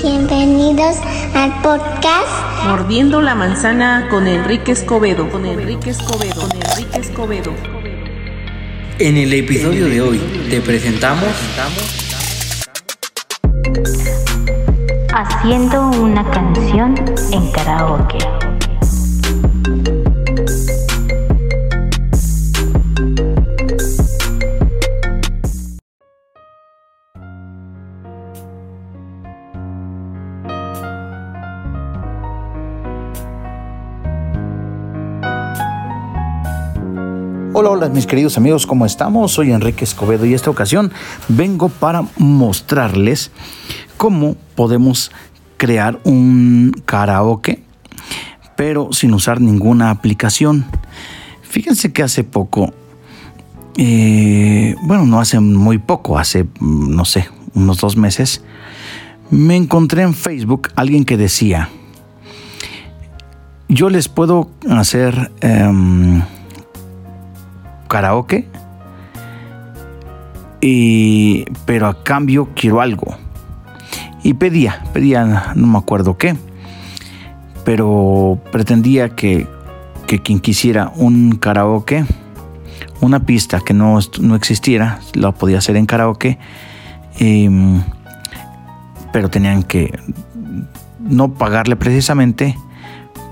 Bienvenidos al podcast Mordiendo la manzana con Enrique Escobedo. Con Enrique Escobedo. Con Enrique Escobedo. En el episodio de hoy te presentamos haciendo una canción en karaoke. Hola, hola mis queridos amigos, ¿cómo estamos? Soy Enrique Escobedo y esta ocasión vengo para mostrarles cómo podemos crear un karaoke, pero sin usar ninguna aplicación. Fíjense que hace poco, eh, bueno, no hace muy poco, hace, mm, no sé, unos dos meses, me encontré en Facebook alguien que decía, yo les puedo hacer... em, karaoke. Y, pero a cambio quiero algo. Y pedía, pedía, no me acuerdo qué. Pero pretendía que, que quien quisiera un karaoke, una pista que no, est- no existiera, la podía hacer en karaoke. em, pero tenían que no pagarle precisamente,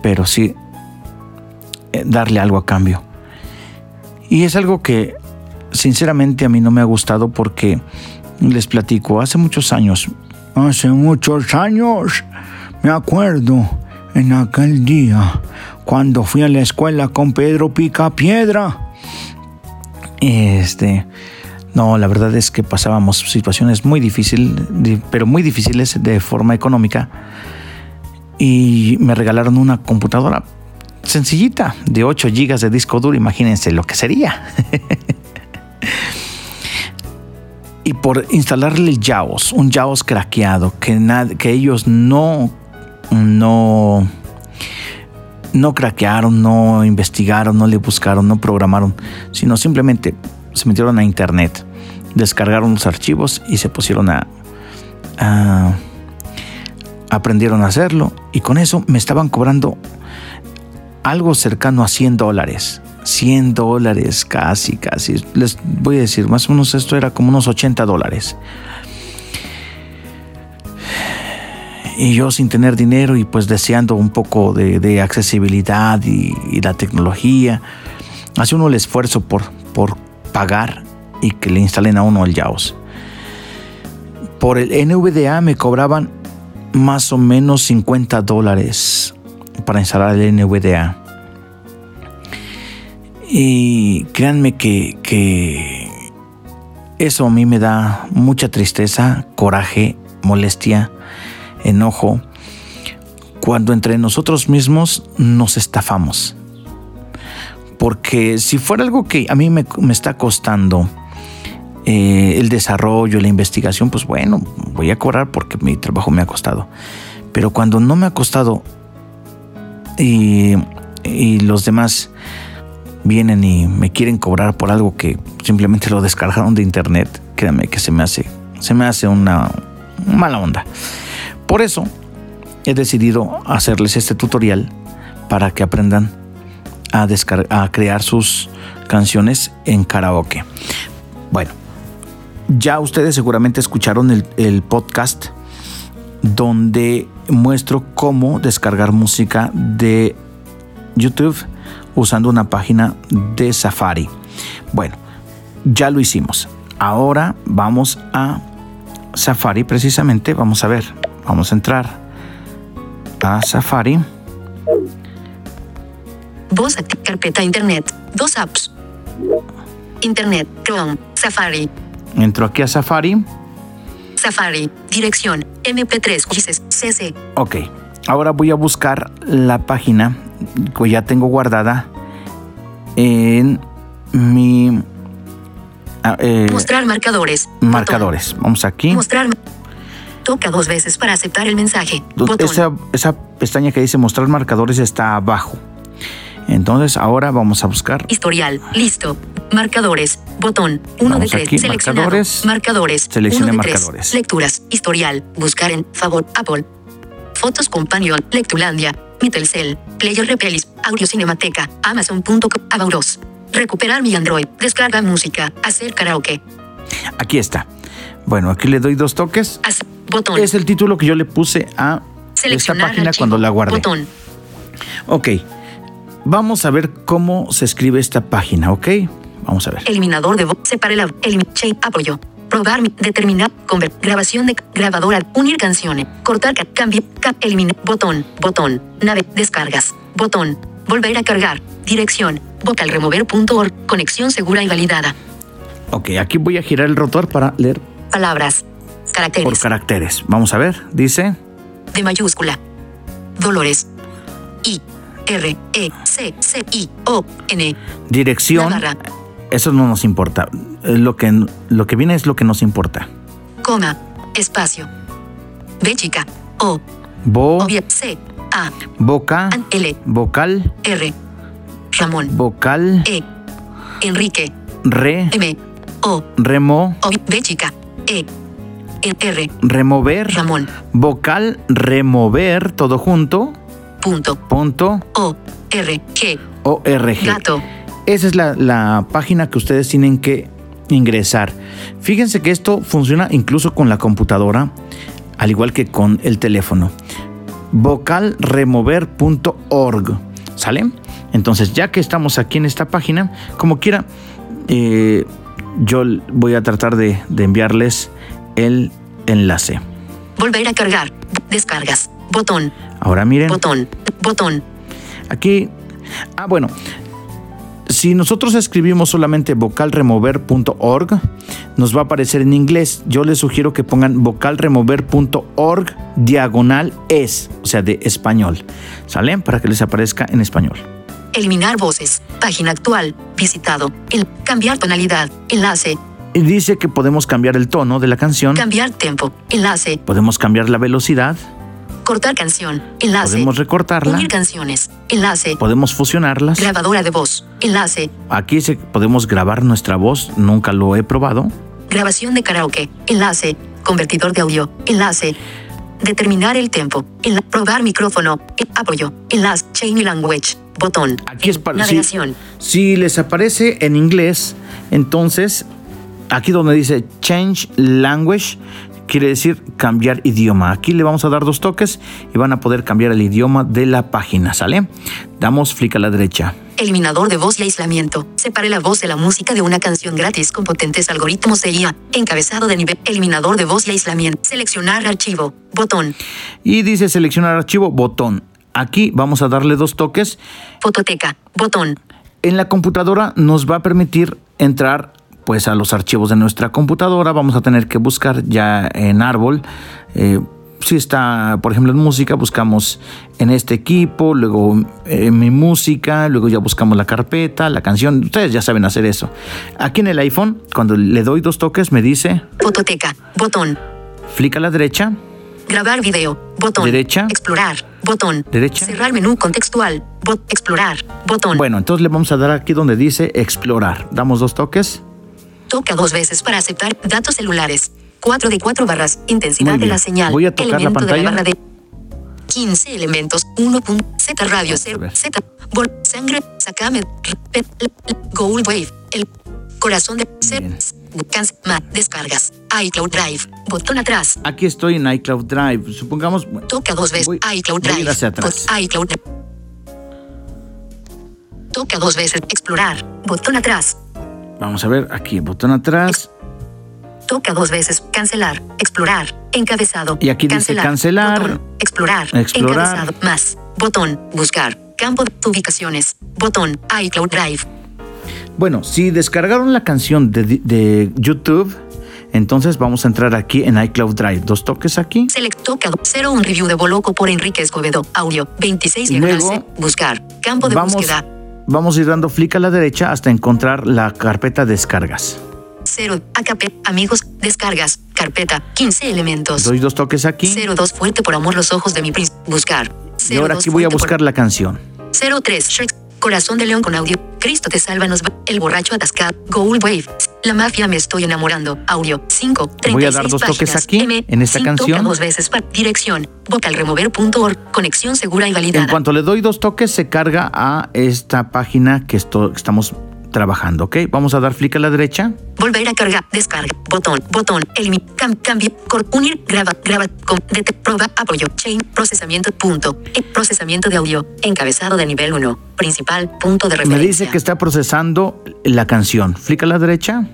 pero sí eh, darle algo a cambio. Y es algo que sinceramente a mí no me ha gustado porque les platico, hace muchos años, hace muchos años, me acuerdo en aquel día cuando fui a la escuela con Pedro Picapiedra. Este, no, la verdad es que pasábamos situaciones muy difíciles, pero muy difíciles de forma económica. Y me regalaron una computadora sencillita de 8 GB de disco duro, imagínense lo que sería. y por instalarle el JAWS, un JAWS craqueado que, nad- que ellos no, no, no craquearon, no investigaron, no le buscaron, no programaron, sino simplemente se metieron a internet, descargaron los archivos y se pusieron a- a aprendieron a hacerlo y con eso me estaban cobrando algo cercano a 100 dólares. 100 dólares casi, casi. Les voy a decir, más o menos esto era como unos 80 dólares. Y yo sin tener dinero y pues deseando un poco de, de accesibilidad y, y la tecnología, hace uno el esfuerzo por, por pagar y que le instalen a uno el JAWS. Por el NVDA me cobraban más o menos 50 dólares para instalar el NVDA. Y créanme que, que eso a mí me da mucha tristeza, coraje, molestia, enojo, cuando entre nosotros mismos nos estafamos. Porque si fuera algo que a mí me, me está costando, eh, el desarrollo, la investigación, pues bueno, voy a cobrar porque mi trabajo me ha costado. Pero cuando no me ha costado y, y los demás vienen y me quieren cobrar por algo que simplemente lo descargaron de internet, créanme que se me hace, se me hace una mala onda. Por eso he decidido hacerles este tutorial para que aprendan a, descar- a crear sus canciones en karaoke. Bueno, ya ustedes seguramente escucharon el, el podcast donde muestro cómo descargar música de YouTube usando una página de Safari. Bueno, ya lo hicimos. Ahora vamos a Safari precisamente. Vamos a ver. Vamos a entrar a Safari. Voz acti- carpeta internet. Dos apps. Internet, Chrome, Safari, Entro aquí a Safari. Safari, dirección, MP3, juices, CC, Ok, ahora voy a buscar la página que ya tengo guardada en mi ah, eh, mostrar marcadores. botón. marcadores. Vamos aquí. Mostrar. Toca dos veces para aceptar el mensaje. Do- Botón. Esa, esa pestaña que dice mostrar marcadores está abajo. Entonces ahora vamos a buscar Historial. Listo. Marcadores. Botón. 1 de Vamos 3. aquí, Seleccionado. marcadores. Marcadores. Seleccione uno de tres. marcadores. Lecturas. Historial. Buscar en favor. Apple. Fotos Companion. Lectulandia. Mitelcel. Player Repelis. Audio Cinemateca. Amazon.com. Abauros. Recuperar mi Android. Descarga música. Hacer karaoke. Aquí está. Bueno, aquí le doy dos toques. Haz- Botón. Es el título que yo le puse a esta Seleccionar página archivo. cuando la guardé. Botón. Ok. Vamos a ver cómo se escribe esta página, ¿ok? Vamos a ver. Eliminador de voz. Separe la. Elim shape. Apoyo. Probar. mi- Determinar. Conver. Grabación de. Grabadora. Unir canciones. Cortar. ca- Cambiar. Cap. Eliminar. Botón. Botón. Nave. Descargas. Botón. Volver a cargar. Dirección. Vocalremover.org. Conexión segura y validada. Ok, aquí voy a girar el rotor para leer Palabras. por Caracteres. caracteres. Vamos a ver. Dice de mayúscula. Dolores. I. R. E. C. C. I. O. N. dirección. Navarra. Eso no nos importa. Eh, Lo que, lo que viene es lo que nos importa. Coma. Espacio. B chica. O. Bo, Obvia. C. A. boca, An- L. vocal, R. Ramón. vocal, E. Enrique. re, M. O. remo, O. B chica. E. E- R. remover, Ramón. vocal, remover, todo junto, Punto. punto, O. R. G. org. Gato. Esa es la, la página que ustedes tienen que ingresar. Fíjense que esto funciona incluso con la computadora, al igual que con el teléfono. Vocalremover.org. ¿Sale? Entonces, ya que estamos aquí en esta página, como quiera, eh, yo l- voy a tratar de, de enviarles el enlace. Volver a cargar. Descargas. Botón. Ahora miren. Botón. Botón. Aquí. Ah, bueno. Si nosotros escribimos solamente vocalremover.org, nos va a aparecer en inglés. Yo les sugiero que pongan vocalremover.org diagonal es, o sea, de español. ¿Sale? Para que les aparezca en español. Eliminar voces. Página actual. Visitado. El. Cambiar tonalidad. Enlace. Y dice que podemos cambiar el tono de la canción, Cambiar tiempo. Enlace. podemos cambiar la velocidad, Cortar canción. Enlace. podemos recortarla, Pues- Unir canciones. Enlace. podemos fusionarlas. Grabadora de voz. Enlace. Aquí se, podemos grabar nuestra voz, nunca lo he probado. Grabación de karaoke. Enlace. Convertidor de audio. Enlace. Determinar el tiempo. Enla- probar micrófono. En- apoyo. Enlace. Change language. Botón. Aquí es para si, Navegación. si les aparece en inglés, entonces aquí donde dice change language quiere decir cambiar idioma. Aquí le vamos a dar dos toques y van a poder cambiar el idioma de la página, ¿sale? Damos clic a la derecha. Eliminador de voz y aislamiento. Separe la voz de la música de una canción gratis con potentes algoritmos de IA. Encabezado de nivel. Eliminador de voz y aislamiento. Seleccionar archivo. Botón. Y dice seleccionar archivo botón. Aquí vamos a darle dos toques. Fototeca. Botón. En la computadora nos va a permitir entrar pues a los archivos de nuestra computadora. Vamos a tener que buscar ya en árbol. eh, si está, por ejemplo, en música, buscamos en este equipo, luego eh, en mi música, luego ya buscamos la carpeta, la canción. Ustedes ya saben hacer eso. Aquí en el iPhone, cuando le doy dos toques, me dice, Fototeca. Botón. flick a la derecha, Grabar video. Botón. Derecha. Explorar. Botón. Derecha. Cerrar menú contextual. Bot. Explorar. Botón. Bueno, entonces le vamos a dar aquí donde dice explorar. Damos dos toques. Toca dos veces para aceptar datos celulares. 4 de 4 barras. Muy Intensidad de bien. la señal. Voy a tocar la Elemento de pantalla. la barra de 15 elementos. 1. punto, Z radio A 0. ver. Z. Vol. Sangre. Sacame. Repet. Gold Wave. El corazón de. ser, Bien. Cans. Ma. Descargas. iCloud Drive. Botón atrás. Aquí estoy en iCloud Drive. Supongamos, bueno, Toca dos veces. Voy- iCloud voy a Drive. ir hacia atrás. Bot- iCloud. Toca dos veces. Explorar. Botón atrás. vamos a ver aquí, botón atrás. Toca dos veces. Cancelar. Explorar. Encabezado. Y aquí dice cancelar. Botón. Explorar. Explorar. Encabezado. Más. Botón. Buscar. Campo de ubicaciones. Botón. iCloud Drive. Bueno, si descargaron la canción de, de YouTube, entonces vamos a entrar aquí en iCloud Drive. Dos toques aquí. Select toca 0 un review de Boloco por Enrique Escobedo. Audio 26 Y luego, diagonal C. Buscar. Campo de Vamos, búsqueda. vamos a ir dando flick a la derecha hasta encontrar la carpeta descargas. 0. AKP. Amigos. Descargas. Carpeta. 15 elementos. Doy dos toques aquí. 02 fuerte por amor los ojos de mi príncipe. Buscar. Y ahora aquí voy a buscar la canción. 03 Shrek. Corazón de León con audio. Cristo te salva nos va. El borracho atascado. Gold Wave. La mafia me estoy enamorando. Audio 5. 36 Voy a dar dos toques páginas. aquí, M, en esta sin toca canción. Dos veces para dirección. Vocalremover.org. Conexión segura y En validada. cuanto le doy dos toques, se carga a esta página que esto- que estamos trabajando, ¿ok? Vamos a dar clic a la derecha. Volver a cargar. Descarga. Botón. Botón. Elimi. Cam, cambio. Cor, unir. Graba. Graba. Con. Det, proba. Apoyo. Chain. Procesamiento. Punto. E, procesamiento de audio. Encabezado de nivel 1. Principal. Punto de Me referencia. dice que está procesando la canción. Clic a la derecha.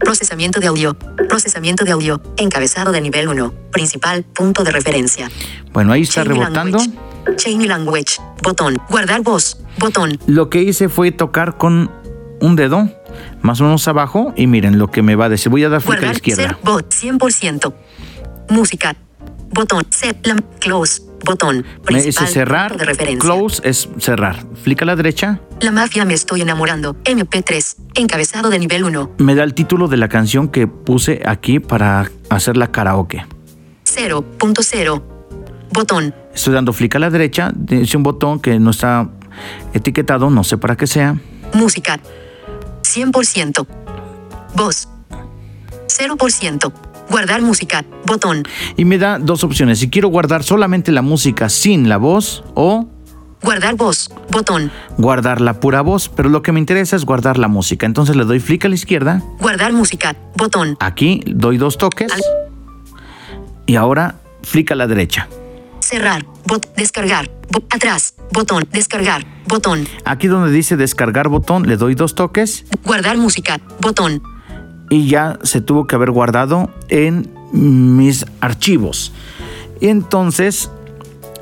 Procesamiento de audio. Procesamiento de audio. Encabezado de nivel 1. Principal. Punto de referencia. Bueno, ahí está Chain rebotando. Language. Chain Language. Botón. Guardar voz. Botón. Lo que hice fue tocar con un dedo, más o menos abajo, y miren lo que me va a decir. Voy a dar clic a la Guardar ser izquierda. bot 100%. Música. Botón. Set lam- close. Botón. Me Principal. dice cerrar. punto de referencia. Close es cerrar. Clic a la derecha. La mafia me estoy enamorando. MP3. Encabezado de nivel 1. Me da el título de la canción que puse aquí para hacer la karaoke. 0.0. Botón. Estoy dando clic a la derecha, dice un botón que no está etiquetado, no sé para qué sea. Música. 100%. Voz. 0%. Guardar música. Botón. Y me da dos opciones, si quiero guardar solamente la música sin la voz o Guardar voz. Botón. guardar la pura voz, pero lo que me interesa es guardar la música. Entonces le doy clic a la izquierda, Guardar música. Botón. aquí doy dos toques y ahora clic a la derecha. Cerrar. Bot. Descargar. Bo- atrás. Botón. Descargar. Botón. Aquí donde dice descargar botón, le doy dos toques Guardar música. Botón. y ya se tuvo que haber guardado en mis archivos. Y entonces,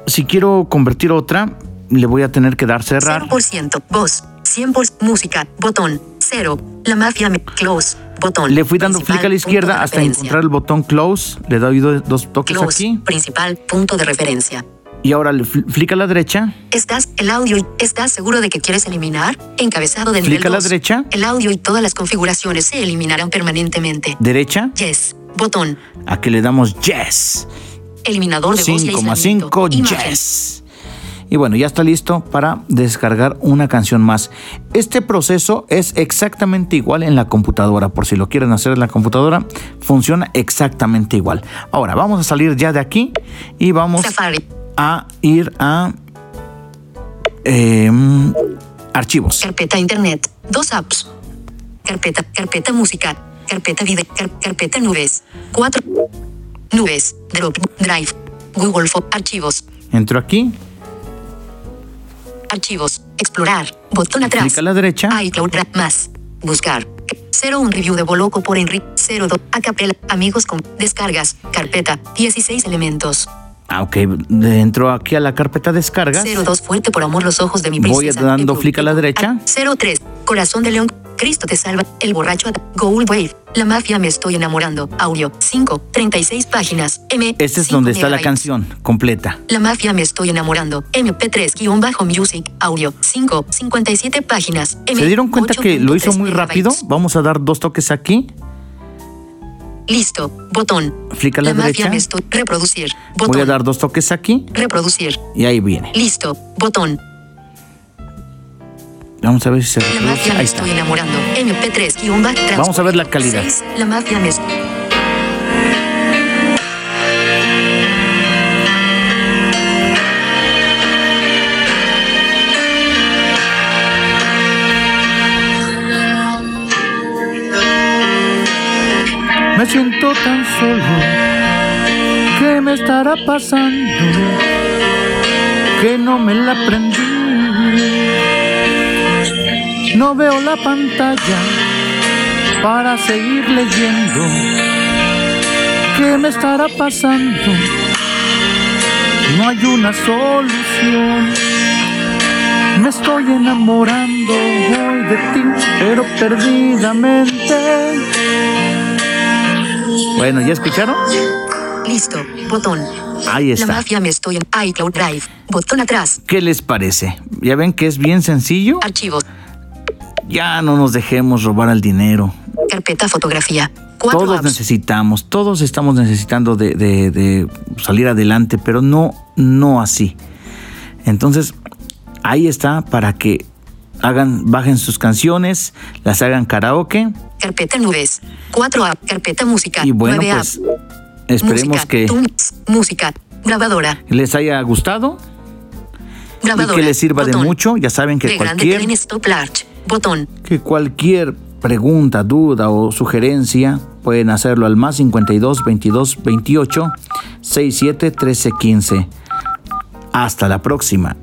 si quiero convertir otra, le voy a tener que dar cerrar. 0%. Voz. 100%. Música. Botón. 0. La mafia me. Close. Botón. Le fui dando Principal clic a la punto izquierda de hasta referencia. encontrar el botón close. Le doy do- dos toques Close. aquí. Principal punto de referencia. Y ahora le fl- clic a la derecha. ¿Estás el audio y estás seguro de que quieres eliminar? Encabezado de nivel Clic a la 2. derecha. El audio y todas las configuraciones se eliminarán permanentemente. Derecha. Yes. Botón. A que le damos yes. Eliminador de voz y aislamiento. 5,5 Imagen. yes. Y bueno, ya está listo para descargar una canción más. Este proceso es exactamente igual en la computadora. Por si lo quieren hacer en la computadora, funciona exactamente igual. Ahora, vamos a salir ya de aquí y vamos Safari. a ir a eh, archivos. Carpeta Internet. Dos apps. Carpeta, carpeta música. Carpeta video. car- carpeta nubes. Cuatro. Nubes. Drop. Drive. Google Fo- Archivos. Entro aquí, Archivos. Explorar. Botón atrás. clic a la derecha. iCloud Ra- más. Buscar. Cero un review de Boloco por Enrique. Cero do a capela. Amigos con descargas. Carpeta. 16 elementos. Ah, ok, entro aquí a la carpeta descargas. Cero dos fuerte por amor los ojos de mi Voy princesa. dando Ebru- clic a la derecha. Cero tres. Corazón de león. Cristo te salva. El borracho. at- Gold Wave. La mafia me estoy enamorando. Audio. 5. 36 páginas. M. Este es cinco donde está la megabytes. canción completa. La mafia me estoy enamorando. MP3-music. Audio. 5. 57 páginas. M, ¿Se dieron cuenta que lo hizo 8.3 muy rápido? megabytes. Vamos a dar dos toques aquí. Listo. Botón. Clic a la mafia derecha. me estoy. Reproducir. Botón. Voy a dar dos toques aquí Reproducir. y ahí viene. Listo. Botón. Vamos a ver si se La reproduce. mafia me Ahí está. estoy enamorando. MP3 guión back trans- Vamos a ver la calidad. Seis, La mafia me. Me siento tan solo. ¿Qué me estará pasando? Que no me la aprendí. No veo la pantalla para seguir leyendo. ¿Qué me estará pasando? No hay una solución. Me estoy enamorando hoy de ti, pero perdidamente. Bueno, ¿ya escucharon? Listo. Botón. Ahí La está. mafia me estoy en iCloud Drive. Botón atrás. ¿Qué les parece? ¿Ya ven que es bien sencillo? Archivos. Ya no nos dejemos robar el dinero. Carpeta fotografía. Cuatro Todos apps. necesitamos, todos estamos necesitando de, de- de salir adelante, pero no, no así. Entonces, Ahí está para que hagan, bajen sus canciones, las hagan karaoke Carpeta nubes. 4A. Carpeta música. y bueno, 9A. pues esperemos música. que Tunes. música. Grabadora. les haya gustado y Grabadora. que les sirva de Botón. mucho. Ya saben de que grande cualquier tren stop large. Botón. que cualquier pregunta, duda o sugerencia pueden hacerlo al más 52 22 28 67 13 15. Hasta la próxima.